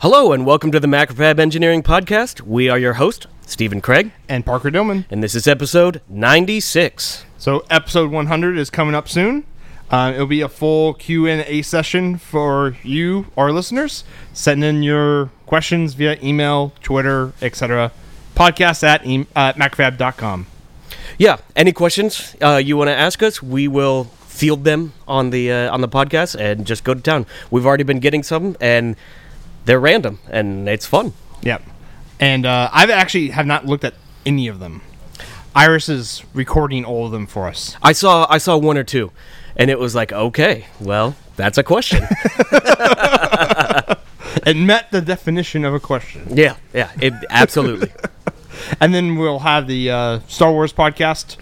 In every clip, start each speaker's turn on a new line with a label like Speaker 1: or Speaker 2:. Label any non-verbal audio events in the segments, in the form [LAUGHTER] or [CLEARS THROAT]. Speaker 1: Hello, and welcome to the Macrofab Engineering Podcast. We are your host, Stephen Craig,
Speaker 2: and Parker Dillman.
Speaker 1: and this is episode 96.
Speaker 2: So episode 100 is coming up soon. Uh, it'll be a full Q and A session for you, our listeners. Send in your questions via email, Twitter, etc. Podcast at em- uh, macfab.com.
Speaker 1: Yeah, any questions uh, you want to ask us, we will field them on the uh, on the podcast and just go to town. We've already been getting some, and they're random, and it's fun.
Speaker 2: Yep. And uh, I've actually have not looked at any of them. Iris is recording all of them for us.
Speaker 1: I saw I saw one or two, and it was like, okay, well, that's a question.
Speaker 2: It met the definition of a question.
Speaker 1: yeah, yeah, it, absolutely.
Speaker 2: And then we'll have the uh, Star Wars podcast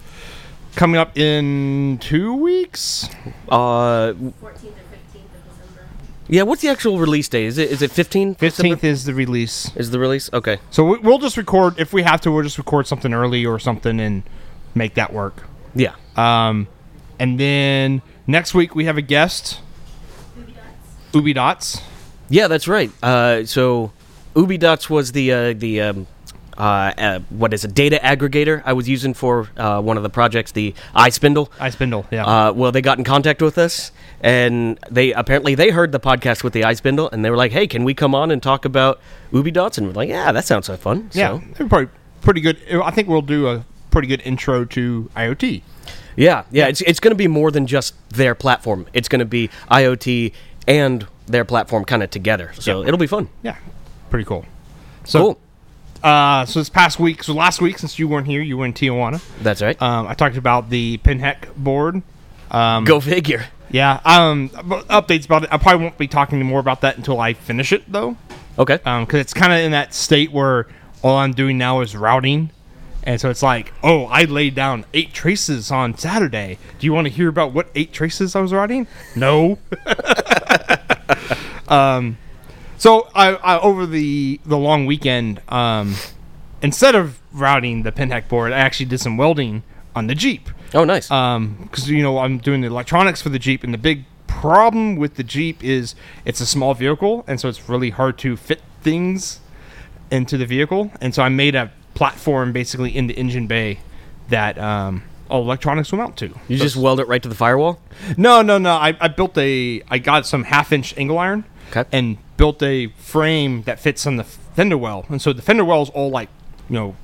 Speaker 2: coming up in two weeks.
Speaker 1: Uh,
Speaker 3: 14th or 15th of December.
Speaker 1: yeah, what's the actual release day? Is it is it 15?
Speaker 2: Fifteenth is the release.
Speaker 1: is the release? Okay.
Speaker 2: So we- we'll just record if we have to. We'll just record something early or something and make that work.
Speaker 1: Yeah.
Speaker 2: Um, and then next week we have a guest,
Speaker 3: Booby dots.
Speaker 2: Ubi Dots.
Speaker 1: Yeah, that's right. Uh, so, Ubi Dots was the uh, the um, uh, uh, what is it? Data aggregator I was using for uh, one of the projects, the iSpindle.
Speaker 2: I Spindle. Yeah.
Speaker 1: Uh, well, they got in contact with us, and they apparently they heard the podcast with the iSpindle, and they were like, "Hey, can we come on and talk about Ubi Dots?" And we're like, "Yeah, that sounds like fun."
Speaker 2: yeah.
Speaker 1: So,
Speaker 2: they're probably pretty good. I think we'll do a pretty good intro to IoT.
Speaker 1: yeah, yeah. It's it's going to be more than just their platform. It's going to be IoT and their platform kind of together. So it'll be fun.
Speaker 2: Yeah. Pretty cool. So
Speaker 1: cool.
Speaker 2: uh, so this past week, so last week since you weren't here, you were in Tijuana.
Speaker 1: That's right.
Speaker 2: Um, I talked about the Pinheck board. Um,
Speaker 1: Go figure.
Speaker 2: Yeah. Um, but updates about it. I probably won't be talking more about that until I finish it, though,
Speaker 1: Okay.
Speaker 2: because it's kind of in that state where all I'm doing now is routing, and so it's like, oh, I laid down eight traces on Saturday. Do you want to hear about what eight traces I was routing? No. [LAUGHS] um, so I, I over the the long weekend, um, instead of routing the pinhead board, I actually did some welding on the Jeep
Speaker 1: oh, nice.
Speaker 2: uh, because Um, you know I'm doing the electronics for the Jeep, and the big problem with the Jeep is it's a small vehicle, and so it's really hard to fit things into the vehicle. And so I made a platform basically in the engine bay that um, all electronics will mount to.
Speaker 1: You just weld it right to the firewall?
Speaker 2: No, no, no. I, I built a. I got some half-inch angle iron,
Speaker 1: Okay.
Speaker 2: and built a frame that fits on the fender well. And so the fender well is all like, you know,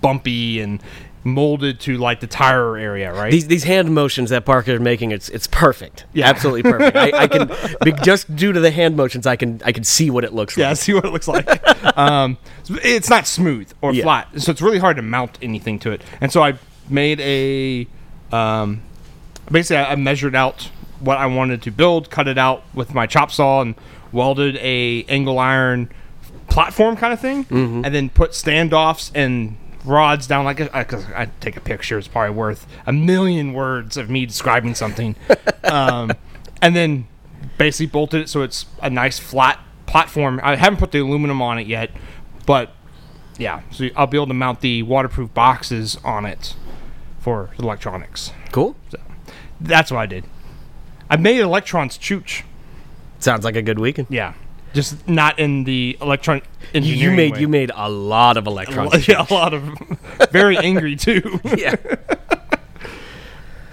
Speaker 2: bumpy and molded to like the tire area, right?
Speaker 1: These these hand motions that Parker is making, it's it's perfect.
Speaker 2: Yeah.
Speaker 1: Absolutely perfect. I, I
Speaker 2: [LAUGHS]
Speaker 1: can be, just due to the hand motions I can I can see what it looks
Speaker 2: yeah, [LAUGHS]
Speaker 1: like.
Speaker 2: see what it looks like. um, it's not smooth or
Speaker 1: Yeah.
Speaker 2: flat, so it's really hard to mount anything to it. And so I made a, um, basically I I measured out what I wanted to build, cut it out with my chop saw, and welded a angle iron platform kind of thing, and then put standoffs and rods down like a, I, 'cause I take a picture. It's probably worth a million words of me describing something, um, and then basically bolted it so it's a nice flat platform. I haven't put the aluminum on it yet, but yeah, so I'll be able to mount the waterproof boxes on it for electronics.
Speaker 1: Cool.
Speaker 2: So that's what I did. I made electrons chooch.
Speaker 1: Sounds like a good weekend.
Speaker 2: Yeah, just not in the electron.
Speaker 1: You, you made you made a lot of electrons.
Speaker 2: [LAUGHS] yeah, a lot of [LAUGHS] very
Speaker 1: [LAUGHS]
Speaker 2: angry too.
Speaker 1: yeah.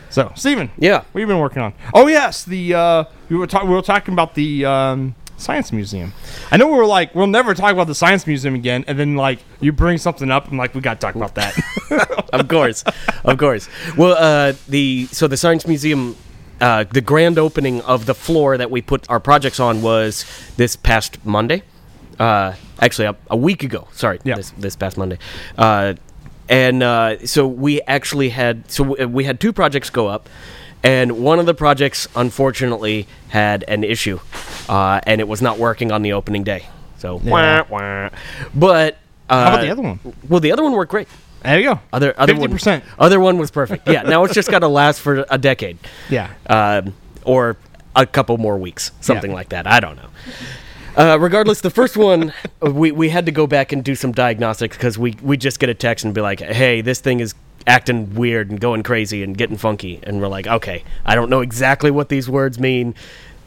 Speaker 2: So Steven,
Speaker 1: Yeah.
Speaker 2: what you been working on? Oh yes, the uh, we were talking we were talking about the um, science museum. I know we were like we'll never talk about the science museum again, and then like you bring something up, and like we got to talk about that.
Speaker 1: [LAUGHS] of course, of course. Well, uh, the so the science museum, uh, the grand opening of the floor that we put our projects on was this past Monday. Uh, actually, a, a week ago. Sorry,
Speaker 2: Yeah.
Speaker 1: this, this past Monday. Uh, and uh, so we actually had so w- we had two projects go up. And one of the projects, unfortunately, had an issue, uh, and it was not working on the opening day. So,
Speaker 2: Yeah.
Speaker 1: wah, wah. but uh,
Speaker 2: How about the other one?
Speaker 1: Well, the other one worked great.
Speaker 2: There you go.
Speaker 1: Other other one,
Speaker 2: 50%.
Speaker 1: other one was perfect. Yeah, now it's just got to last for a decade.
Speaker 2: Yeah.
Speaker 1: um, or a couple more weeks, something
Speaker 2: Yeah.
Speaker 1: like that. I don't know. Uh, regardless, the first one uh, we, we had to go back and do some diagnostics because we we just get a text and be like, hey, this thing is acting weird and going crazy and getting funky, and we're like, okay, I don't know exactly what these words mean.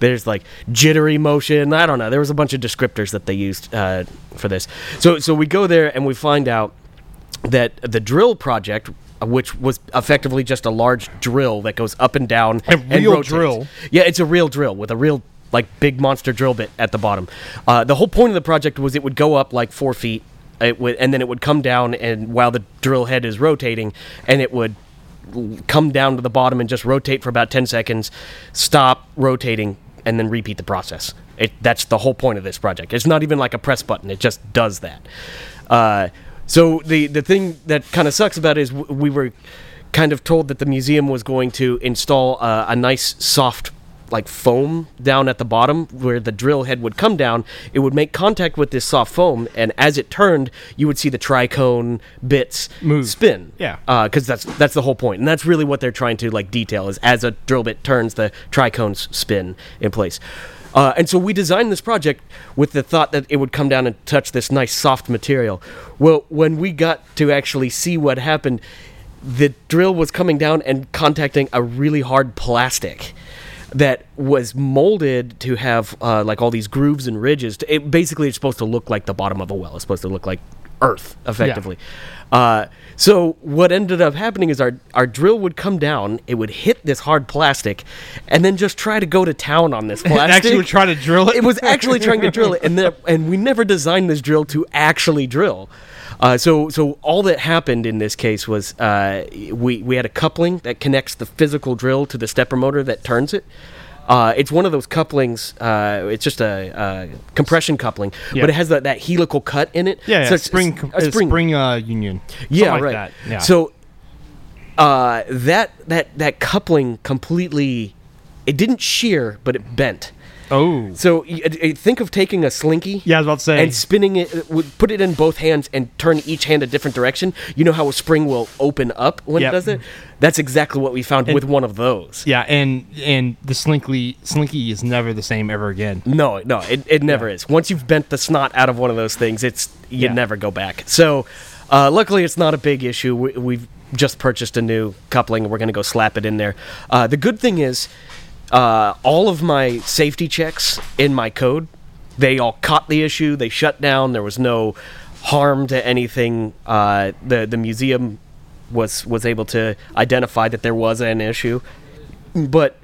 Speaker 1: There's like jittery motion. I don't know. There was a bunch of descriptors that they used uh, for this. So so we go there and we find out that the drill project. uh, Which was effectively just a large drill that goes up and down.
Speaker 2: A
Speaker 1: and
Speaker 2: real
Speaker 1: rotates.
Speaker 2: drill.
Speaker 1: Yeah, it's a real drill with a real like big monster drill bit at the bottom. Uh, the whole point of the project was it would go up like four feet, it would, and then it would come down, and while the drill head is rotating, and it would l- come down to the bottom and just rotate for about ten seconds, stop rotating, and then repeat the process. It, that's the whole point of this project. It's not even like a press button; it just does that. Uh, so the the thing that kind of sucks about it is w- we were kind of told that the museum was going to install uh, a nice soft like foam down at the bottom where the drill head would come down it would make contact with this soft foam and as it turned you would see the tricone bits
Speaker 2: Move.
Speaker 1: spin Uh,
Speaker 2: Yeah.
Speaker 1: because that's that's the whole point and that's really what they're trying to like detail is as a drill bit turns the tricones spin in place uh, and so we designed this project with the thought that it would come down and touch this nice soft material well when we got to actually see what happened the drill was coming down and contacting a really hard plastic that was molded to have uh, like all these grooves and ridges. To, it basically it's supposed to look like the bottom of a well. It's supposed to look like earth, effectively. Uh, so what ended up happening is our our drill would come down, it would hit this hard plastic, and then just try to go to town on this plastic.
Speaker 2: [LAUGHS] actually would try to drill it?
Speaker 1: It was actually trying to drill it, and then and we never designed this drill to actually drill. Uh, so so all that happened in this case was uh, we we had a coupling that connects the physical drill to the stepper motor that turns it. Uh, it's one of those couplings. Uh, it's just a, uh compression coupling,
Speaker 2: Yeah.
Speaker 1: but it has that, that helical cut in it.
Speaker 2: Yeah, yeah
Speaker 1: So it's-
Speaker 2: spring,
Speaker 1: it's
Speaker 2: uh, spring, uh, union. Something
Speaker 1: yeah,
Speaker 2: like
Speaker 1: right.
Speaker 2: That. Yeah.
Speaker 1: So uh, that that that coupling completely it didn't shear, but it bent.
Speaker 2: oh,
Speaker 1: So y- it- it- think of taking a slinky.
Speaker 2: yeah, I was about to say.
Speaker 1: And spinning it, it would- put it in both hands and turn each hand a different direction. You know how a spring will open up when
Speaker 2: Yep.
Speaker 1: it does it? That's exactly what we found with one of those.
Speaker 2: yeah, and and the slinky slinky is never the same ever again.
Speaker 1: No, no, it, it never is. Once you've bent the snot out of one of those things, it's you
Speaker 2: Yeah.
Speaker 1: never go back. So, uh, luckily, it's not a big issue. We, we've just purchased a new coupling, and we're going to go slap it in there. Uh, the good thing is, uh, all of my safety checks in my code, they all caught the issue. They shut down. There was no harm to anything. Uh, the the museum was was able to identify that there was an issue but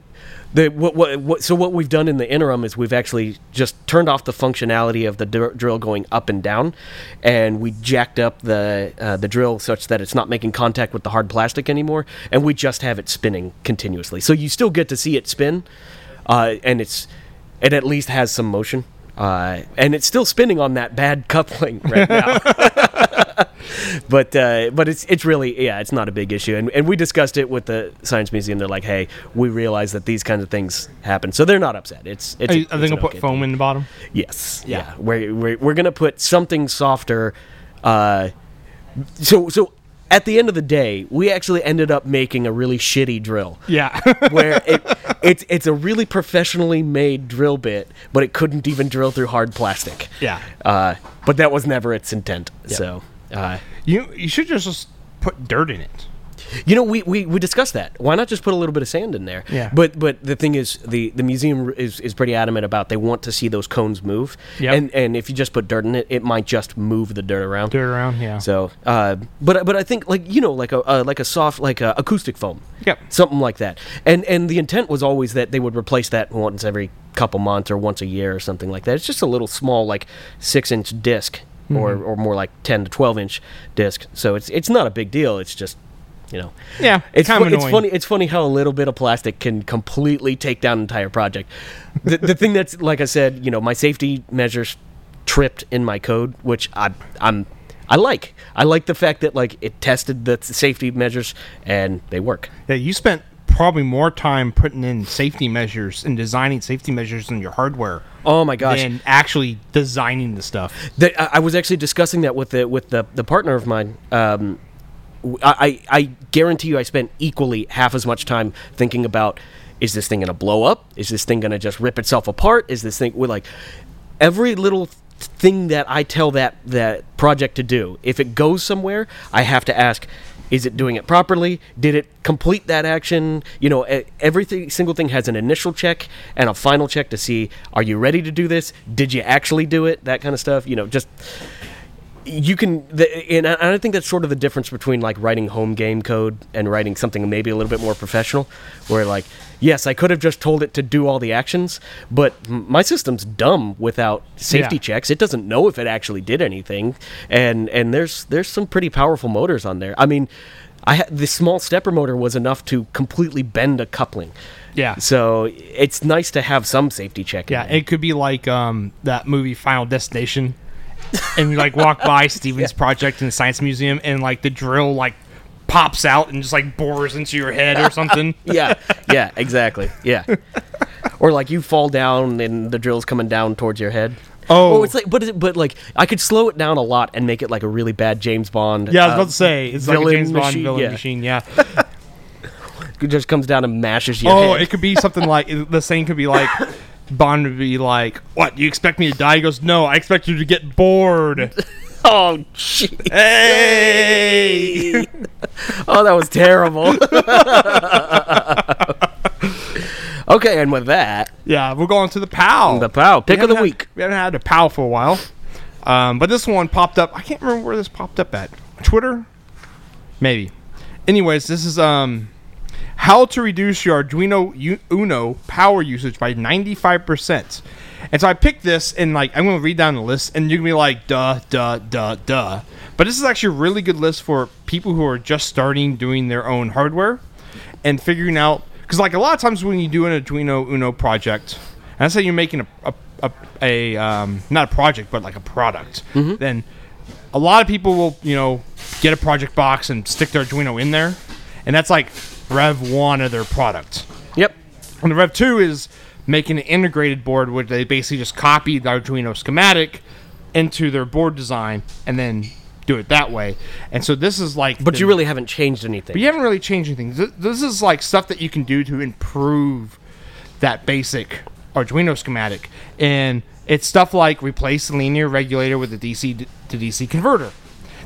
Speaker 1: the what, what what so what we've done in the interim is we've actually just turned off the functionality of the dr- drill going up and down, and we jacked up the uh, the drill such that it's not making contact with the hard plastic anymore, and we just have it spinning continuously. So you still get to see it spin, uh, and it's it at least has some motion. Uh, and it's still spinning on that bad [LAUGHS] coupling right now, but uh, but it's it's really yeah, it's not a big issue. And and we discussed it with the science museum. They're like, hey, we realize that these kinds of things happen, so they're not upset. It's it's.
Speaker 2: Are, you-
Speaker 1: it's
Speaker 2: are they
Speaker 1: an
Speaker 2: gonna put
Speaker 1: okay
Speaker 2: foam in the bottom?
Speaker 1: Yes.
Speaker 2: Yeah.
Speaker 1: Yeah. We're, we're, we're going to put something softer. Uh, so, so at the end of the day, we actually ended up making a really shitty
Speaker 2: [LAUGHS]
Speaker 1: drill. [LAUGHS]
Speaker 2: Yeah.
Speaker 1: Where it, it's it's a really professionally made drill bit, but it couldn't even drill through hard plastic.
Speaker 2: Yeah.
Speaker 1: Uh, but that was never its intent. So, uh,
Speaker 2: you you should just, just put dirt in it.
Speaker 1: you know, we, we, we discussed that. Why not just put a little bit of sand in there?
Speaker 2: Yeah.
Speaker 1: But but the thing is, the, the museum is, is pretty adamant about they want to see those cones move.
Speaker 2: Yep.
Speaker 1: And and if you just put dirt in it, it might just move the dirt around.
Speaker 2: Dirt around. Yeah.
Speaker 1: So, uh, but but I think like you know like a uh, like a soft like a acoustic foam.
Speaker 2: Yep.
Speaker 1: Something like that. And and the intent was always that they would replace that once every couple months or once a year or something like that. It's just a little small like six inch disk or or more like ten to twelve inch disc. So it's it's not a big deal. It's just you know
Speaker 2: yeah.
Speaker 1: it's,
Speaker 2: kinda
Speaker 1: fu- it's
Speaker 2: annoying.
Speaker 1: funny. It's funny how a little bit of plastic can completely take down an entire project. The, the thing that's like I said, you know, my safety measures tripped in my code, which I, I'm I like. I like the fact that like it tested the safety measures and they work.
Speaker 2: Yeah, you spent probably more time putting in safety measures and designing safety measures in your hardware
Speaker 1: Oh my gosh!
Speaker 2: than actually designing the stuff.
Speaker 1: That I I was actually discussing that with the with the, the partner of mine. Um, w- I, I I guarantee you, I spent equally half as much time thinking about is this thing going to blow up? Is this thing going to just rip itself apart? Is this thing we're like every little th- thing that I tell that that project to do? If it goes somewhere, I have to ask. Is it doing it properly? Did it complete that action? You know, e- everything single thing has an initial check and a final check to see are you ready to do this? Did you actually do it? That kind of stuff. You know, just you can the, and I, and I think that's sort of the difference between like writing home game code and writing something maybe a little bit more professional where like yes i could have just told it to do all the actions but m- my system's dumb without safety
Speaker 2: Yeah.
Speaker 1: checks it doesn't know if it actually did anything and and there's there's some pretty powerful motors on there i mean i ha- the small stepper motor was enough to completely bend a coupling
Speaker 2: Yeah.
Speaker 1: so it's nice to have some safety check in
Speaker 2: Yeah,
Speaker 1: there.
Speaker 2: it could be like um, that movie Final Destination, and you like walk
Speaker 1: [LAUGHS]
Speaker 2: by Steven's project in the science museum, and like the drill like pops out and just like bores into your head or something.
Speaker 1: [LAUGHS] yeah, yeah, exactly. Yeah. or like you fall down and the drill's coming down towards your head.
Speaker 2: Oh.
Speaker 1: it's like, but it, but like, I could slow it down a lot and make it like a really bad James Bond.
Speaker 2: Yeah, I was
Speaker 1: uh,
Speaker 2: about to say it's like a
Speaker 1: villain
Speaker 2: James Bond
Speaker 1: machine,
Speaker 2: villain
Speaker 1: yeah. [LAUGHS]
Speaker 2: machine. Yeah.
Speaker 1: it just comes down and mashes your
Speaker 2: Oh,
Speaker 1: head.
Speaker 2: it could be something like the saying could be like Bond would be like, "What? You expect me to die?" He goes, "No, I expect you to get
Speaker 1: [LAUGHS]
Speaker 2: bored."
Speaker 1: [LAUGHS] oh, gee. [LAUGHS]
Speaker 2: hey.
Speaker 1: oh, that was terrible. [LAUGHS] okay, and with that,
Speaker 2: Yeah, we're going to the POW.
Speaker 1: The POW, pick
Speaker 2: We
Speaker 1: of the
Speaker 2: haven't had-
Speaker 1: week.
Speaker 2: we haven't had a POW for a while. Um, but this one popped up. I can't remember where this popped up at. Twitter? Maybe. Anyways, this is um, how to reduce your Arduino U- Uno power usage by 95%. And so I picked this, and like I'm going to read down the list, and you're going to be like, duh, duh, duh, duh. But this is actually a really good list for people who are just starting doing their own hardware and figuring out because like a lot of times when you do an Arduino Uno project, and let's say you're making a a, a, a um, not a project but like a product, then a lot of people will you know get a project box and stick their Arduino in there, and that's like rev one of their product.
Speaker 1: yep.
Speaker 2: And the Rev 2 is making an integrated board where they basically just copy the Arduino schematic into their board design and then do it that way. And so this is like
Speaker 1: But
Speaker 2: the-
Speaker 1: you really haven't changed anything.
Speaker 2: but you haven't really changed anything. Th- This is like stuff that you can do to improve that basic Arduino schematic, and it's stuff like replace the linear regulator with a DC d- to DC converter.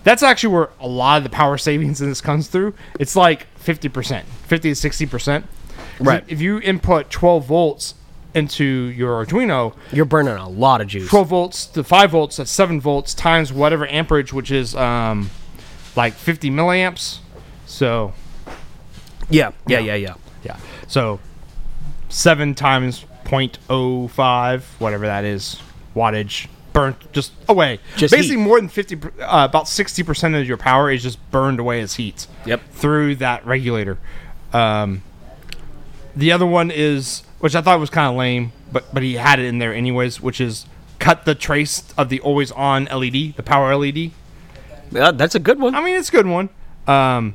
Speaker 2: That's actually where a lot of the power savings in this comes through. It's like fifty percent, fifty to sixty percent.
Speaker 1: Right.
Speaker 2: If you input twelve volts into your Arduino,
Speaker 1: You're burning a lot of juice.
Speaker 2: 12 volts to 5 volts that's 7 volts times whatever amperage which is um like 50 milliamps so
Speaker 1: yeah, yeah, yeah, yeah.
Speaker 2: yeah so 7 times 0.05 whatever that is wattage burnt just away
Speaker 1: Just
Speaker 2: basically
Speaker 1: heat.
Speaker 2: more than 50 per- uh, about 60% of your power is just burned away as heat
Speaker 1: Yep.
Speaker 2: through that regulator um the other one is, which I thought was kind of lame, but but he had it in there anyways, which is cut the trace of the always on LED, the power LED.
Speaker 1: Yeah, that's a good one.
Speaker 2: I mean, it's a good one. Um,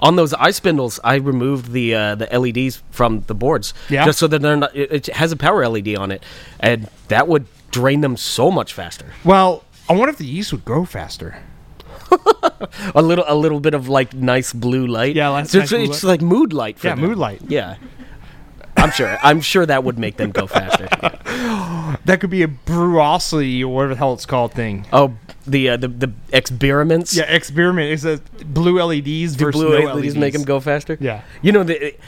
Speaker 1: on those eye spindles, I removed the uh, the LEDs from the boards,
Speaker 2: Yeah.
Speaker 1: just so that they're not. It, it has a power LED on it, and that would drain them so much faster.
Speaker 2: well, I wonder if the yeast would grow faster.
Speaker 1: A little, a little bit of like nice blue light.
Speaker 2: Yeah, like
Speaker 1: so
Speaker 2: nice
Speaker 1: it's,
Speaker 2: blue
Speaker 1: it's like mood light. For
Speaker 2: Yeah,
Speaker 1: them.
Speaker 2: mood light.
Speaker 1: Yeah, I'm sure. I'm sure that would make them go
Speaker 2: [LAUGHS]
Speaker 1: faster. Yeah.
Speaker 2: That could be a brewosity or whatever the hell it's called thing.
Speaker 1: Oh, the uh, the the experiments.
Speaker 2: Yeah, experiment. It's a blue LEDs versus
Speaker 1: blue
Speaker 2: no E
Speaker 1: LEDs make them go faster.
Speaker 2: Yeah.
Speaker 1: you know, the, it,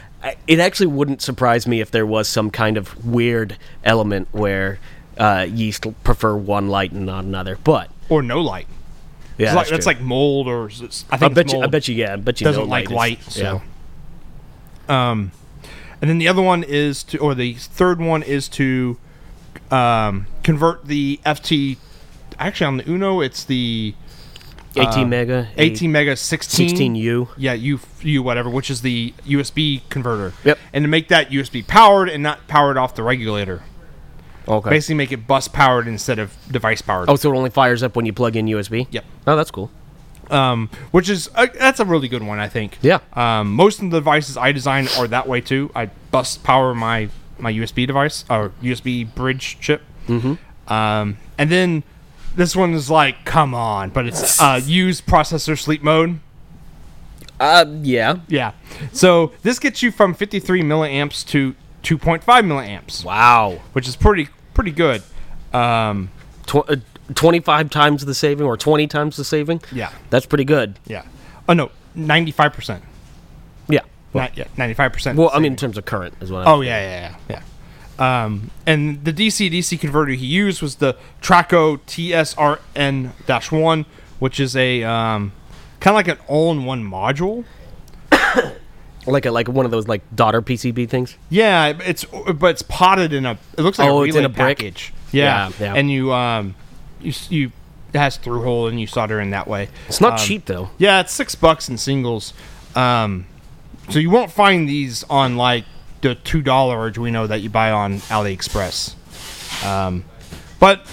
Speaker 1: it actually wouldn't surprise me if there was some kind of weird element where uh, yeast prefer one light and not another. But
Speaker 2: or no light.
Speaker 1: yeah,
Speaker 2: It's like-
Speaker 1: that's,
Speaker 2: that's,
Speaker 1: true.
Speaker 2: like mold or s- s- I
Speaker 1: I
Speaker 2: think it's
Speaker 1: bet you, I
Speaker 2: mold.
Speaker 1: bet you, yeah, I bet you
Speaker 2: doesn't
Speaker 1: no is-
Speaker 2: like light.
Speaker 1: yeah.
Speaker 2: So, um, and then the other one is to, or the third one is to, um, convert the FT. Actually, on the Uno, it's the uh,
Speaker 1: 18 mega,
Speaker 2: 18 mega 16,
Speaker 1: 16U.
Speaker 2: Yeah, U U whatever, which is the USB converter.
Speaker 1: Yep.
Speaker 2: And to make that USB powered and not powered off the regulator,
Speaker 1: Okay.
Speaker 2: basically make it bus powered instead of device powered.
Speaker 1: oh, so it only fires up when you plug in USB.
Speaker 2: Yep.
Speaker 1: Oh, that's cool.
Speaker 2: um, which is uh, that's a really good one, I think.
Speaker 1: Yeah.
Speaker 2: Um, most of the devices I design are that way too. I bust power my my USB device or USB bridge chip. Mm-hmm. Um, and then this one is like, come on, but it's uh, use processor sleep mode.
Speaker 1: Uh, yeah.
Speaker 2: Yeah. So this gets you from 53 milliamps to 2.5 milliamps,
Speaker 1: Wow.
Speaker 2: which is pretty pretty good. Um,
Speaker 1: Tw- uh, 25 times the saving or 20 times the saving.
Speaker 2: Yeah.
Speaker 1: That's pretty good.
Speaker 2: yeah. Oh no, ninety five percent.
Speaker 1: Yeah.
Speaker 2: Not yet, ninety five percent.
Speaker 1: Well, I mean, in terms of current as well.
Speaker 2: Oh yeah, yeah, yeah. yeah. Um, and the DC DC converter he used was the Traco TSRN one, which is a um, kind of like an all-in-one module.
Speaker 1: Like a, like one of those like daughter PCB things.
Speaker 2: Yeah, it's but it's potted in a. It looks like
Speaker 1: Oh,
Speaker 2: a
Speaker 1: it's in
Speaker 2: relay
Speaker 1: a brick?
Speaker 2: package. Yeah.
Speaker 1: Yeah, yeah.
Speaker 2: and you um, you s- you it has through hole and you solder in that way.
Speaker 1: It's not
Speaker 2: Um,
Speaker 1: cheap though.
Speaker 2: Yeah, it's six bucks in singles. Um, so you won't find these on like the two dollar Arduino that you buy on AliExpress. Um, but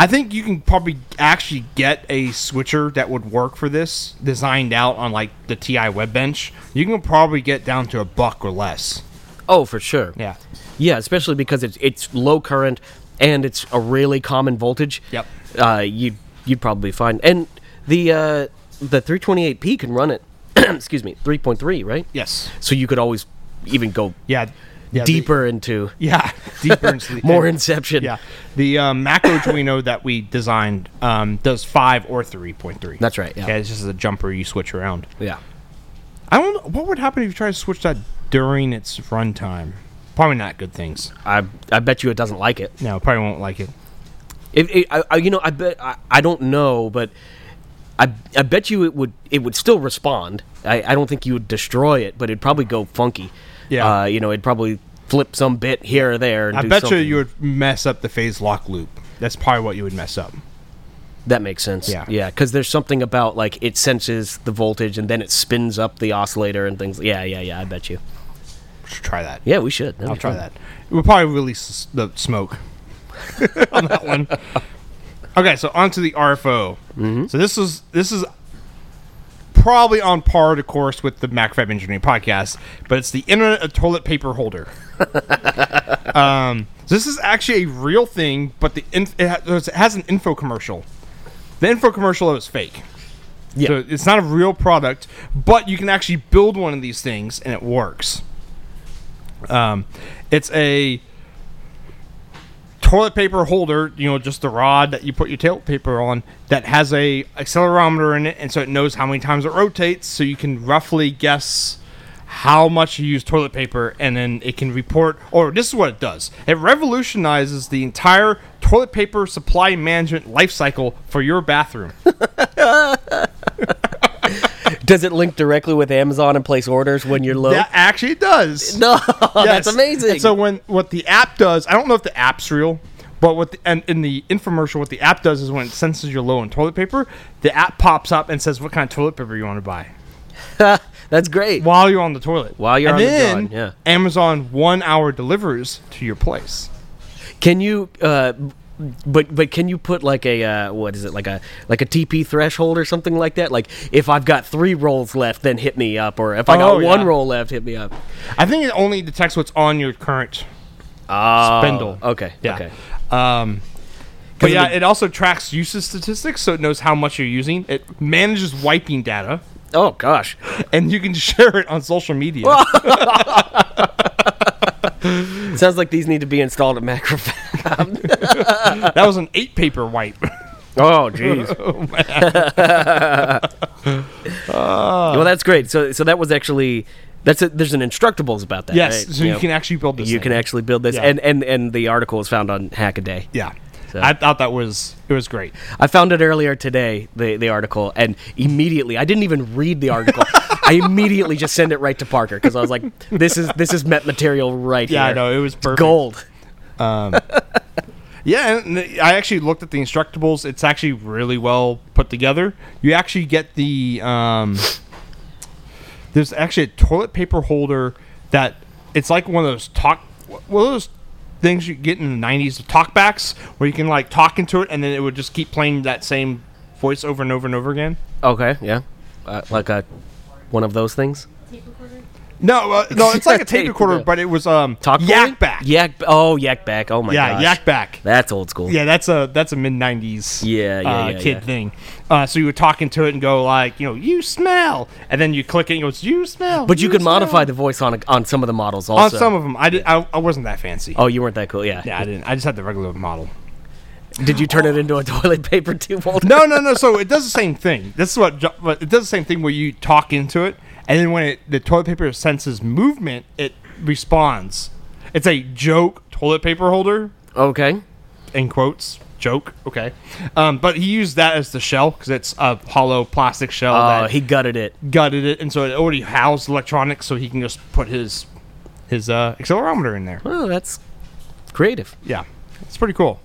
Speaker 2: I think you can probably actually get a switcher that would work for this, designed out on like the TI Webbench. You can probably get down to a buck or less.
Speaker 1: Oh, for sure.
Speaker 2: Yeah.
Speaker 1: Yeah, especially because it's it's low current and it's a really common voltage.
Speaker 2: Yep.
Speaker 1: Uh, you you'd probably find and the uh, the 328p can run it. [CLEARS THROAT] excuse me, 3.3, right?
Speaker 2: Yes.
Speaker 1: So you could always even go
Speaker 2: Yeah. yeah the-
Speaker 1: deeper into
Speaker 2: yeah. [LAUGHS] Deeper into the-
Speaker 1: more Inception.
Speaker 2: Yeah. The um, Mac Arduino that we designed um, does five or three point three.
Speaker 1: That's right, yeah.
Speaker 2: Okay, it's just a jumper you switch around.
Speaker 1: Yeah.
Speaker 2: I don't. know- What would happen if you try to switch that during its runtime? Probably not good things.
Speaker 1: I I bet you it doesn't like it.
Speaker 2: No, probably won't like it.
Speaker 1: If it, I, I, you know, I bet I, I don't know, but I I bet you it would it would still respond. I, I don't think you would destroy it, but it'd probably go funky.
Speaker 2: Yeah.
Speaker 1: uh, you know, it'd probably flip some bit here or there. And
Speaker 2: I
Speaker 1: do
Speaker 2: bet
Speaker 1: something.
Speaker 2: you you would mess up the phase lock loop. That's probably what you would mess up.
Speaker 1: That makes sense.
Speaker 2: Yeah.
Speaker 1: yeah, because there's something about like it senses the voltage and then it spins up the oscillator and things. Yeah, yeah, yeah. I bet you.
Speaker 2: Should try that.
Speaker 1: Yeah, we should. That'd
Speaker 2: I'll
Speaker 1: be
Speaker 2: try
Speaker 1: fun.
Speaker 2: that. We'll probably release s- the smoke [LAUGHS] on that one. Okay, so on to the RFO. So this is this is probably on par, of course, with the MacFab Engineering podcast, but it's the Internet of Toilet Paper Holder. um, this is actually a real thing, but the inf- it, ha- it has an info commercial. The info commercial is fake.
Speaker 1: Yeah.
Speaker 2: So it's not a real product, but you can actually build one of these things and it works. Um, it's a toilet paper holder, you know, just the rod that you put your toilet paper on that has a accelerometer in it, and so it knows how many times it rotates, so you can roughly guess how much you use toilet paper, and then it can report. Or this is what it does: it revolutionizes the entire toilet paper supply management life cycle for your bathroom.
Speaker 1: [LAUGHS] Does it link directly with Amazon and place orders when you're low?
Speaker 2: [LAUGHS] That actually
Speaker 1: [LAUGHS]
Speaker 2: does.
Speaker 1: no,
Speaker 2: Yes.
Speaker 1: that's amazing.
Speaker 2: And so when what the app does, I don't know if the app's real, but what the, and in the infomercial, what the app does is when it senses you're low on toilet paper, the app pops up and says what kind of toilet paper you want to buy
Speaker 1: [LAUGHS] that's great.
Speaker 2: while you're on the toilet.
Speaker 1: While you're
Speaker 2: And
Speaker 1: on the
Speaker 2: then,
Speaker 1: john, yeah.
Speaker 2: Amazon one hour delivers to your place.
Speaker 1: Can you? Uh, but but can you put like a uh, what is it like a like a TP threshold or something like that? Like if I've got three rolls left, then hit me up, or if I got
Speaker 2: Oh,
Speaker 1: one
Speaker 2: yeah.
Speaker 1: roll left, hit me up.
Speaker 2: I think it only detects what's on your current
Speaker 1: Oh,
Speaker 2: spindle.
Speaker 1: Okay.
Speaker 2: Yeah.
Speaker 1: Okay.
Speaker 2: Um, but
Speaker 1: of
Speaker 2: yeah,
Speaker 1: the-
Speaker 2: it also tracks usage statistics, so it knows how much you're using. It manages wiping data,
Speaker 1: Oh gosh.
Speaker 2: and you can [LAUGHS] share it on social media.
Speaker 1: Sounds like these need to be installed at
Speaker 2: [LAUGHS]
Speaker 1: Macrofab.
Speaker 2: that was an eight paper wipe.
Speaker 1: oh jeez. [LAUGHS] well, that's great. So so that was actually that's a, there's an instructables about that.
Speaker 2: [LAUGHS] Yes,
Speaker 1: right?
Speaker 2: so you
Speaker 1: Yeah.
Speaker 2: can actually build this.
Speaker 1: you
Speaker 2: thing.
Speaker 1: can actually build this,
Speaker 2: Yeah.
Speaker 1: and and and the article is found on Hackaday.
Speaker 2: Yeah,
Speaker 1: So-
Speaker 2: I thought that was it was great.
Speaker 1: I found it earlier today, the, the article, and immediately I didn't even read the
Speaker 2: [LAUGHS]
Speaker 1: article. I immediately just send it right to Parker because I was like, "This is this is met material right
Speaker 2: Yeah, I
Speaker 1: here."
Speaker 2: know, it was perfect.
Speaker 1: gold.
Speaker 2: Yeah, and the- I actually looked at the instructables. It's actually really well put together. You actually get the um, there's actually a toilet paper holder that it's like one of those talk one of those things you get in the 90s talkbacks where you can like talk into it and then it would just keep playing that same voice over and over and over again.
Speaker 1: Okay, yeah, uh, like a one of those things.
Speaker 3: Tape recorder?
Speaker 2: No, uh, no,
Speaker 1: [LAUGHS]
Speaker 2: it's like a tape
Speaker 1: Tape,
Speaker 2: recorder,
Speaker 1: yeah.
Speaker 2: but it was um
Speaker 1: Talk
Speaker 2: yak back.
Speaker 1: Yak. Oh, yak back. Oh my
Speaker 2: yeah,
Speaker 1: gosh.
Speaker 2: yak back.
Speaker 1: That's old school.
Speaker 2: Yeah, that's a that's a mid '90s
Speaker 1: Yeah, yeah,
Speaker 2: uh,
Speaker 1: yeah,
Speaker 2: kid
Speaker 1: yeah.
Speaker 2: thing. Uh, so you would talk into it and go like, you know, you smell, and then you click it and it goes, you smell.
Speaker 1: But you could
Speaker 2: smell."
Speaker 1: modify the voice on a, on some of the models
Speaker 2: on
Speaker 1: also.
Speaker 2: some of them. I did. I, I wasn't that fancy.
Speaker 1: Oh, you weren't that cool. Yeah.
Speaker 2: Yeah, I didn't. I just had the regular model.
Speaker 1: Did you turn it into a [LAUGHS] toilet paper tube holder?
Speaker 2: No, no, no. So it does the same thing. This is what jo- but it does the same thing where you talk into it, and then when it, the toilet paper senses movement, it responds. It's a joke toilet paper holder,
Speaker 1: Okay.
Speaker 2: in quotes, joke. Okay, um, but he used that as the shell because it's a hollow plastic shell
Speaker 1: Uh,
Speaker 2: that
Speaker 1: he gutted it.
Speaker 2: gutted it, and so it already housed electronics, so he can just put his his uh, accelerometer in there.
Speaker 1: Well, that's creative.
Speaker 2: Yeah, it's pretty cool.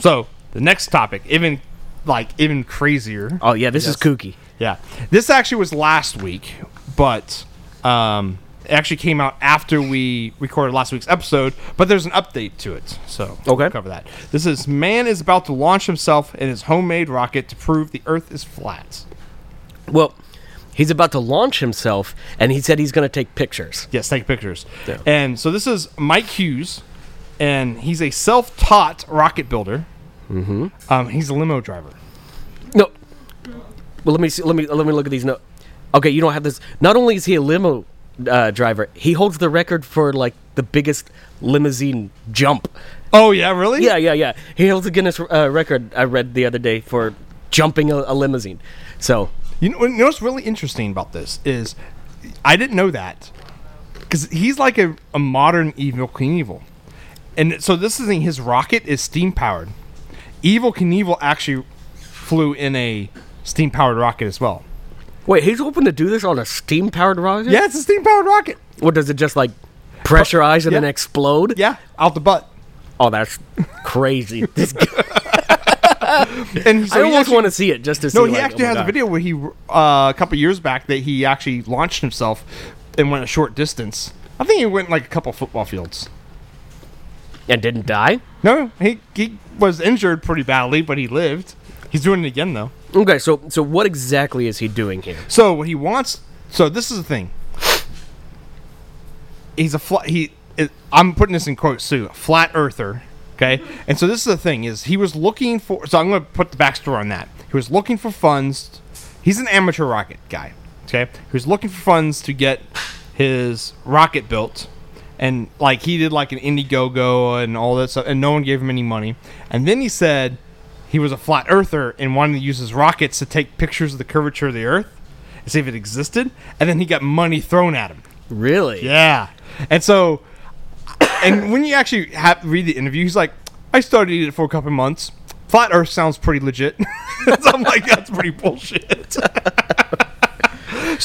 Speaker 2: So the next topic, even like even crazier.
Speaker 1: Oh yeah, this is
Speaker 2: Yes.
Speaker 1: kooky.
Speaker 2: Yeah. This actually was last week, but um, it actually came out after we recorded last week's episode, but there's an update to it. So we'll
Speaker 1: Okay.
Speaker 2: cover that. This is man is about to launch himself in his homemade rocket to prove the earth is flat.
Speaker 1: Well, he's about to launch himself, and he said he's going to take pictures.
Speaker 2: Yes, take pictures.
Speaker 1: Yeah.
Speaker 2: And so this is Mike Hughes, and he's a self-taught rocket builder. Mm-hmm. Um, he's a limo driver.
Speaker 1: No. Well, let me see. Let me let me look at these. No. Okay, you don't have this. Not only is he a limo uh, driver, he holds the record for like the biggest limousine jump.
Speaker 2: Oh yeah, really?
Speaker 1: Yeah, yeah, yeah. He holds a Guinness uh, record. I read the other day for jumping a, a limousine. So
Speaker 2: You know, you know what's really interesting about this is I didn't know that because he's like a, a modern Evil Knievel. And so this is his rocket is steam powered. Evil Knievel actually flew in a steam powered rocket as well.
Speaker 1: wait, he's hoping to do this on a steam powered rocket.
Speaker 2: Yeah, it's a steam powered rocket.
Speaker 1: What does it just like pressurize and then
Speaker 2: Yeah.
Speaker 1: explode?
Speaker 2: Yeah, out the butt.
Speaker 1: Oh, that's crazy. [LAUGHS] This guy,
Speaker 2: And so
Speaker 1: I
Speaker 2: he
Speaker 1: almost
Speaker 2: actually-
Speaker 1: want to see it just to see.
Speaker 2: No, he
Speaker 1: like,
Speaker 2: actually
Speaker 1: oh my
Speaker 2: has a
Speaker 1: God.
Speaker 2: video where he uh, a couple years back that he actually launched himself and went a short distance. I think he went like a couple football fields.
Speaker 1: and didn't die.
Speaker 2: No, he he was injured pretty badly, but he lived. He's doing it again though.
Speaker 1: Okay, so so what exactly is he doing here?
Speaker 2: So what he wants. So this is the thing. He's a flat. He. It, I'm putting this in quotes too. Flat earther. Okay. And so this is the thing is he was looking for. So I'm going to put the backstory on that. He was looking for funds. He's an amateur rocket guy. Okay. He was looking for funds to get his rocket built. And like he did like an Indiegogo and all that stuff, and no one gave him any money. And then he said he was a flat earther and wanted to use his rockets to take pictures of the curvature of the earth and see if it existed. And then he got money thrown at him.
Speaker 1: Really?
Speaker 2: Yeah. And so, and when you actually have, read the interview, he's like, I studied it for a couple months. Flat Earth sounds pretty legit. [LAUGHS] so I'm like, that's pretty bullshit. [LAUGHS] so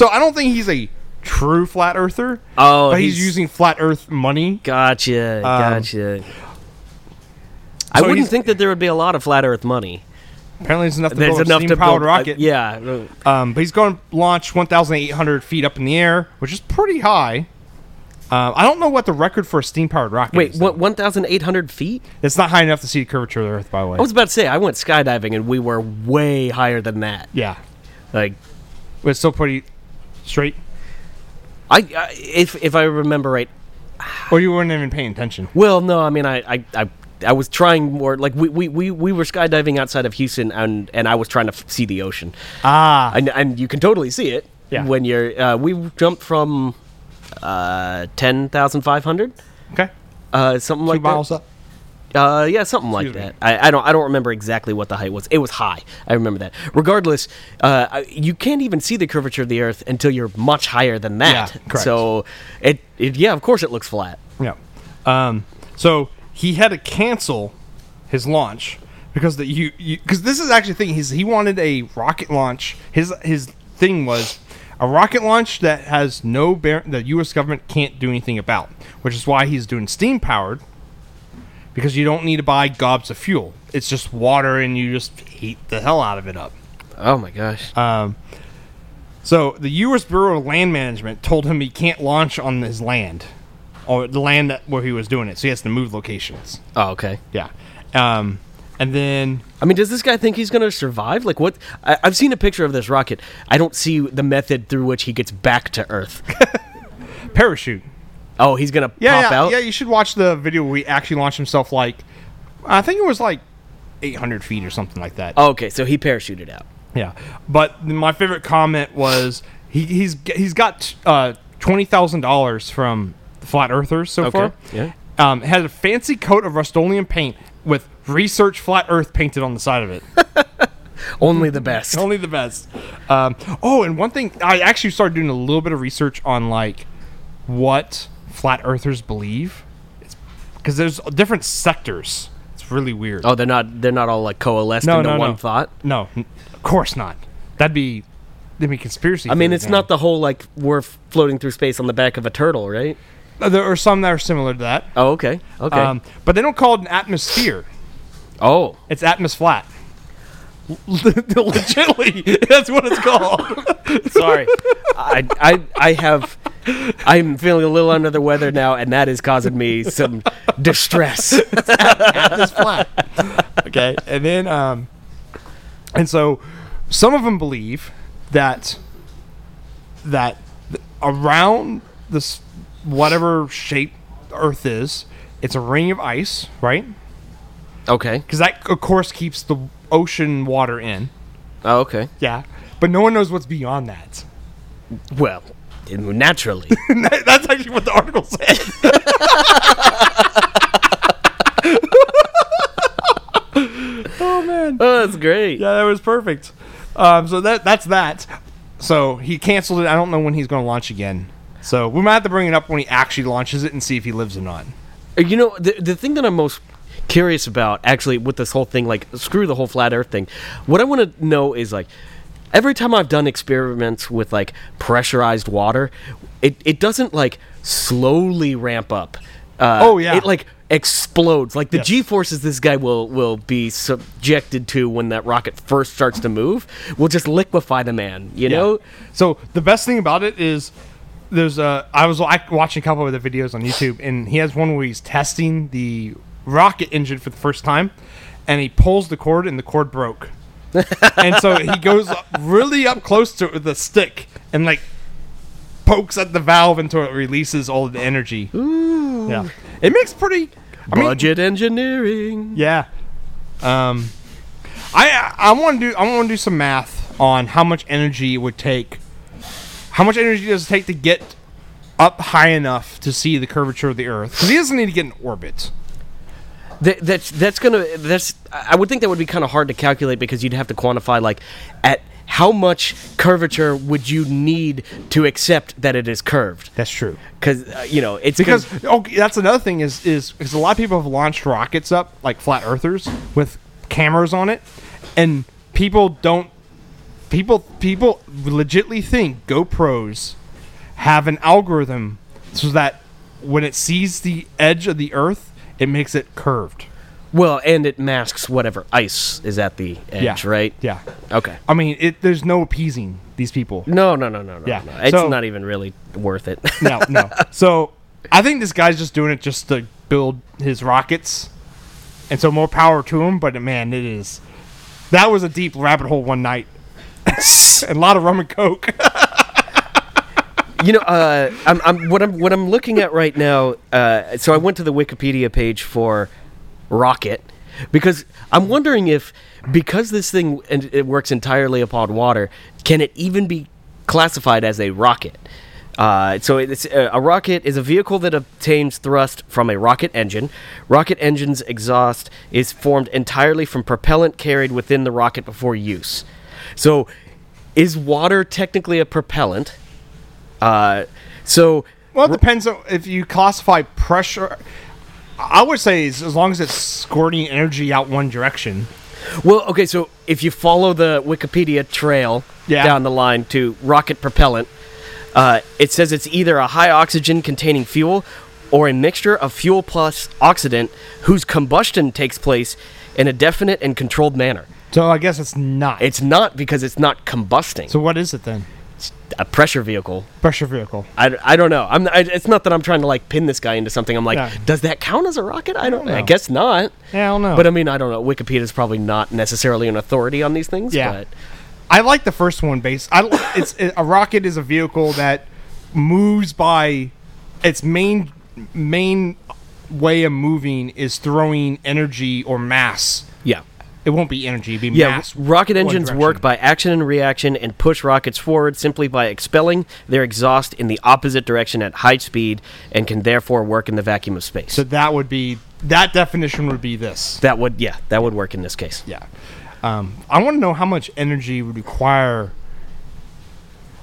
Speaker 2: I don't think he's a true flat earther.
Speaker 1: Oh,
Speaker 2: but he's,
Speaker 1: he's-
Speaker 2: using flat Earth money.
Speaker 1: Gotcha. Gotcha. I
Speaker 2: Um, so
Speaker 1: wouldn't
Speaker 2: he's-
Speaker 1: think that there would be a lot of flat Earth money.
Speaker 2: Apparently, it's enough to
Speaker 1: There's
Speaker 2: build
Speaker 1: enough to
Speaker 2: a
Speaker 1: build
Speaker 2: steam-powered rocket.
Speaker 1: Uh, yeah.
Speaker 2: Um, but he's going to launch 1,800 feet up in the air, which is pretty high. Um, I don't know what the record for a steam-powered rocket
Speaker 1: Wait,
Speaker 2: is.
Speaker 1: what?
Speaker 2: though.
Speaker 1: One thousand eight hundred feet?
Speaker 2: It's not high enough to see the curvature of the Earth, by the way.
Speaker 1: I was about to say I went skydiving and we were way higher than that.
Speaker 2: yeah.
Speaker 1: Like,
Speaker 2: But it's still pretty straight.
Speaker 1: I, I if if I remember right.
Speaker 2: Or you weren't even paying attention.
Speaker 1: Well, no, I mean I I. I I was trying more like we, we, we, we were skydiving outside of Houston and, and I was trying to f- see the ocean.
Speaker 2: Ah.
Speaker 1: and, and you can totally see it
Speaker 2: Yeah.
Speaker 1: when you're. Uh, we jumped from uh, ten thousand five hundred,
Speaker 2: Okay.
Speaker 1: uh, something
Speaker 2: Two
Speaker 1: like
Speaker 2: miles
Speaker 1: that.
Speaker 2: up.
Speaker 1: Uh, yeah, something like
Speaker 2: Excuse me.
Speaker 1: that. I, I don't. I don't remember exactly what the height was. It was high. I remember that. Regardless, uh, I- you can't even see the curvature of the Earth until you're much higher than that.
Speaker 2: Yeah, correct.
Speaker 1: So, it, it. Yeah, of course it looks flat.
Speaker 2: Yeah. Um, so he had to cancel his launch because the you because this is actually the thing he's, he wanted a rocket launch. His his thing was a rocket launch that has no bear the U.S. government can't do anything about, which is why he's doing steam powered. Because you don't need to buy gobs of fuel. It's just water, and you just heat the hell out of it up.
Speaker 1: Oh my gosh.
Speaker 2: Uh, So the U.S. Bureau of Land Management told him he can't launch on his land, or the land that, where he was doing it. So he has to move locations.
Speaker 1: oh okay.
Speaker 2: Yeah, um, and then
Speaker 1: I mean, does this guy think he's going to survive? Like, what? I, I've seen a picture of this rocket. I don't see the method through which he gets back to Earth.
Speaker 2: parachute.
Speaker 1: Oh, he's gonna
Speaker 2: Yeah,
Speaker 1: pop
Speaker 2: yeah,
Speaker 1: out.
Speaker 2: yeah. You should watch the video where he actually launched himself. Like, I think it was like 800 feet or something like that.
Speaker 1: Oh, okay, so he parachuted out.
Speaker 2: Yeah, but my favorite comment was he, he's he's got uh, twenty thousand dollars from the flat earthers so
Speaker 1: Okay,
Speaker 2: far.
Speaker 1: yeah.
Speaker 2: Um, it had a fancy coat of Rust-Oleum paint with "Research Flat Earth" painted on the side
Speaker 1: [LAUGHS]
Speaker 2: of it.
Speaker 1: Only the best.
Speaker 2: Only the best. Um, oh, and one thing I actually started doing a little bit of research on like what flat earthers believe, because there's different sectors. It's really weird.
Speaker 1: Oh, they're not. They're not all like coalesced into one thought.
Speaker 2: No, n- of course not. That'd be that'd be conspiracy.
Speaker 1: I mean, it's not the whole like we're f- floating through space on the back of a turtle, right?
Speaker 2: the there are some that are similar to that.
Speaker 1: Oh, okay, okay.
Speaker 2: Um, but they don't call it an atmosphere.
Speaker 1: oh,
Speaker 2: It's atmos flat.
Speaker 1: [LAUGHS]
Speaker 2: Legitly, that's what it's called.
Speaker 1: [LAUGHS] sorry. I, I I have. I'm feeling a little under the weather now, and that is causing me some distress.
Speaker 2: It's flat. okay, and then um, and so some of them believe that that th- around this whatever shape Earth is, it's a ring of ice, right?
Speaker 1: [LAUGHS] Okay.
Speaker 2: Because that of course keeps the ocean water in.
Speaker 1: Oh, okay.
Speaker 2: Yeah, but no one knows what's beyond that. [LAUGHS]
Speaker 1: Well, naturally.
Speaker 2: That's actually what the article said.
Speaker 1: [LAUGHS] oh, that's great.
Speaker 2: Yeah, that was perfect. Um, so that that's that. So he canceled it. I don't know when he's going to launch again. So we might have to bring it up when he actually launches it and see if he lives or not.
Speaker 1: Uh, You know, the the thing that I'm most curious about, actually, with this whole thing, like screw the whole flat Earth thing. What I want to know is like, every time I've done experiments with like pressurized water, it it doesn't like slowly ramp up. Uh,
Speaker 2: Oh, yeah.
Speaker 1: it like explodes. Like the
Speaker 2: Yes.
Speaker 1: G forces this guy will will be subjected to when that rocket first starts to move will just liquefy the man. You know,
Speaker 2: So the best thing about it is there's a. I was I watching a couple of the videos on YouTube, and he has one where he's testing the rocket engine for the first time, and he pulls the cord, and the
Speaker 1: [LAUGHS]
Speaker 2: cord broke. and so he goes up- really up close to it with a stick and like pokes at the valve until it releases all of the energy. Ooh. Yeah. It makes pretty I mean,
Speaker 1: budget engineering.
Speaker 2: yeah. Um, I I want to do I want to do some math on how much energy it would take. How much energy does it take to get up high enough to see the curvature of the Earth? Because he doesn't need to get in orbit.
Speaker 1: That, that's that's gonna that's I would think that would be kind of hard to calculate because you'd have to quantify like at how much curvature would you need to accept that it is curved
Speaker 2: That's true.
Speaker 1: because uh, you know it's
Speaker 2: Because okay, that's another thing is is because a lot of people have launched rockets up like flat earthers with cameras on it, and people don't people people legitly think GoPros have an algorithm so that when it sees the edge of the Earth, it makes it curved.
Speaker 1: well and it masks whatever ice is at the edge right
Speaker 2: Yeah.
Speaker 1: okay
Speaker 2: I mean, it, there's no appeasing these people.
Speaker 1: no no no no no
Speaker 2: Yeah,
Speaker 1: no. it's
Speaker 2: so-
Speaker 1: not even really worth it [LAUGHS]
Speaker 2: no, no. So I think this guy's just doing it just to build his rockets, and so more power to him. But man, it is that was a deep rabbit hole one night, [LAUGHS] and a lot of rum and coke. [LAUGHS]
Speaker 1: you know, uh, I'm, I'm what I'm what I'm looking at right now. Uh, so I went to the Wikipedia page for rocket because I'm wondering if because this thing and it works entirely upon water, can it even be classified as a rocket? Uh, so it's, uh, a rocket is a vehicle that obtains thrust from a rocket engine. Rocket engine's exhaust is formed entirely from propellant carried within the rocket before use. So, is water technically a propellant? Uh, so
Speaker 2: Well, it depends on if you classify pressure. I would say as as long as it's squirting energy out one direction.
Speaker 1: well, okay. So if you follow the Wikipedia trail
Speaker 2: Yeah.
Speaker 1: down the line to rocket propellant, uh, it says it's either a high oxygen containing fuel or a mixture of fuel plus oxidant whose combustion takes place in a definite and controlled manner.
Speaker 2: So I guess it's not.
Speaker 1: It's not because it's not combusting.
Speaker 2: so what is it then?
Speaker 1: It's a pressure vehicle.
Speaker 2: Pressure vehicle.
Speaker 1: I, I don't know. I'm I, it's not that I'm trying to like pin this guy into something. I'm like,
Speaker 2: Yeah.
Speaker 1: does that count as a rocket? I don't.
Speaker 2: don't
Speaker 1: I
Speaker 2: know.
Speaker 1: guess not.
Speaker 2: Yeah, I don't know.
Speaker 1: But I mean, I don't know. Wikipedia's probably not necessarily an authority on these things.
Speaker 2: Yeah.
Speaker 1: But
Speaker 2: I like the first one base. I it's it, a rocket is a vehicle that moves by its main main way of moving is throwing energy or mass
Speaker 1: yeah.
Speaker 2: It won't be energy. It'll be
Speaker 4: Yeah,
Speaker 2: mass.
Speaker 4: rocket
Speaker 2: one
Speaker 4: engines
Speaker 2: direction.
Speaker 4: work by action and reaction and push rockets forward simply by expelling their exhaust in the opposite direction at high speed and can therefore work in the vacuum of space.
Speaker 2: So that would be that definition would be this.
Speaker 4: that would yeah, that would work in this case.
Speaker 2: Yeah. Um, I want to know how much energy would require.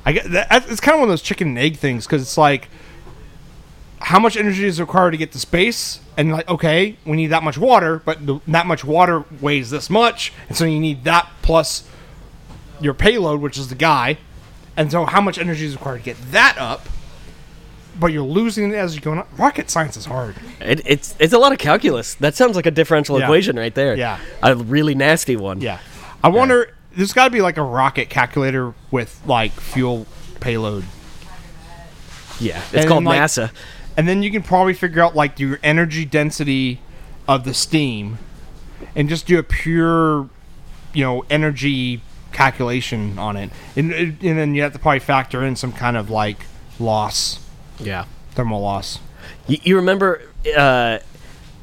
Speaker 2: I guess that, it's kind of one of those chicken and egg things because it's like, how much energy is required to get to space? And like, okay, we need that much water, but the, that much water weighs this much, and so you need that plus your payload, which is the guy. And so, how much energy is required to get that up? But you're losing it as you're going up. Rocket science is hard.
Speaker 4: It, it's it's a lot of calculus. That sounds like a differential
Speaker 2: Yeah.
Speaker 4: equation right there.
Speaker 2: Yeah.
Speaker 4: a really nasty one.
Speaker 2: Yeah. I wonder there's got to be like a rocket calculator with like fuel payload.
Speaker 4: yeah. It's
Speaker 2: And
Speaker 4: called
Speaker 2: like-
Speaker 4: NASA.
Speaker 2: And then you can probably figure out like your energy density of the steam and just do a pure, you know, energy calculation on it. And and then you have to probably factor in some kind of like loss,
Speaker 4: Yeah.
Speaker 2: thermal loss.
Speaker 4: You, you remember? Uh,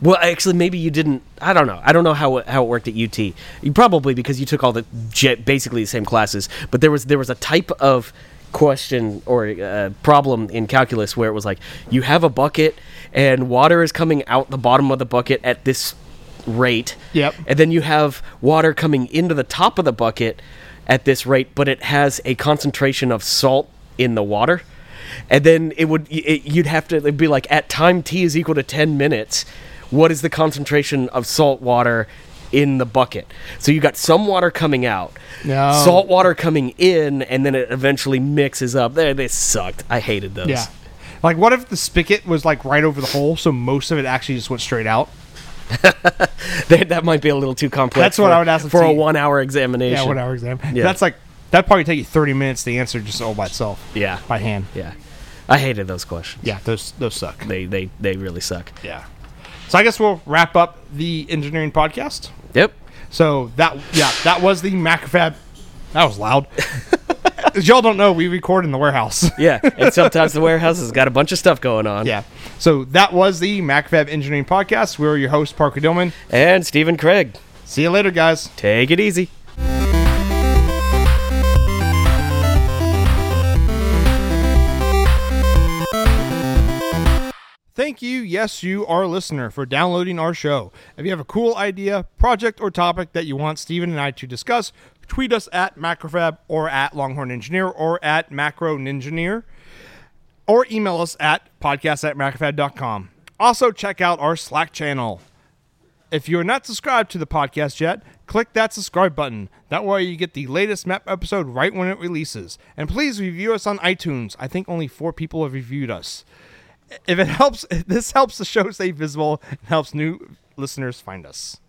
Speaker 4: well, actually, maybe you didn't. I don't know. I don't know how it, how it worked at UT. You probably because you took all the jet, basically the same classes. But there was there was a type of question or uh, problem in calculus where it was like you have a bucket and water is coming out the bottom of the bucket at this rate.
Speaker 2: Yep.
Speaker 4: And then you have water coming into the top of the bucket at this rate, but it has a concentration of salt in the water. And then it would it, you'd have to it'd be like at time t is equal to 10 minutes, what is the concentration of salt water in the bucket? So you got some water coming out,
Speaker 2: No.
Speaker 4: salt water coming in, and then it eventually mixes up. There, this sucked. I hated those.
Speaker 2: Yeah. Like what if the spigot was like right over the hole so most of it actually just went straight out?
Speaker 4: [LAUGHS] that, that might be a little too complex.
Speaker 2: That's what
Speaker 4: for-
Speaker 2: I would ask them
Speaker 4: for
Speaker 2: to-
Speaker 4: a one-hour examination.
Speaker 2: Yeah, one hour exam.
Speaker 4: Yeah.
Speaker 2: That's like that probably take you thirty minutes to answer just all by itself.
Speaker 4: Yeah.
Speaker 2: by hand.
Speaker 4: Yeah, I hated those questions.
Speaker 2: Yeah, those those suck.
Speaker 4: They they they really suck.
Speaker 2: Yeah. So I guess we'll wrap up the engineering podcast.
Speaker 4: Yep.
Speaker 2: So that yeah, that was the MacFab. That was loud. As y'all don't know, we record in the warehouse.
Speaker 4: Yeah, and sometimes the warehouse has got a bunch of stuff going on.
Speaker 2: yeah. So that was the MacFab Engineering Podcast. We're your host, Parker Dillman.
Speaker 4: And Stephen Craig,
Speaker 2: See you later, guys.
Speaker 4: take it easy.
Speaker 2: Thank you, yes, you, our listener, for downloading our show. If you have a cool idea, project, or topic that you want Steven and I to discuss, tweet us at Macrofab or at Longhorn Engineer or at Macro Engineer or email us at podcast at macrofab.com. Also, check out our Slack channel. If you're not subscribed to the podcast yet, click that subscribe button. That way you get the latest map episode right when it releases. And please review us on iTunes. I think only four people have reviewed us [LAUGHS] if it helps this helps the show stay visible and helps new listeners find us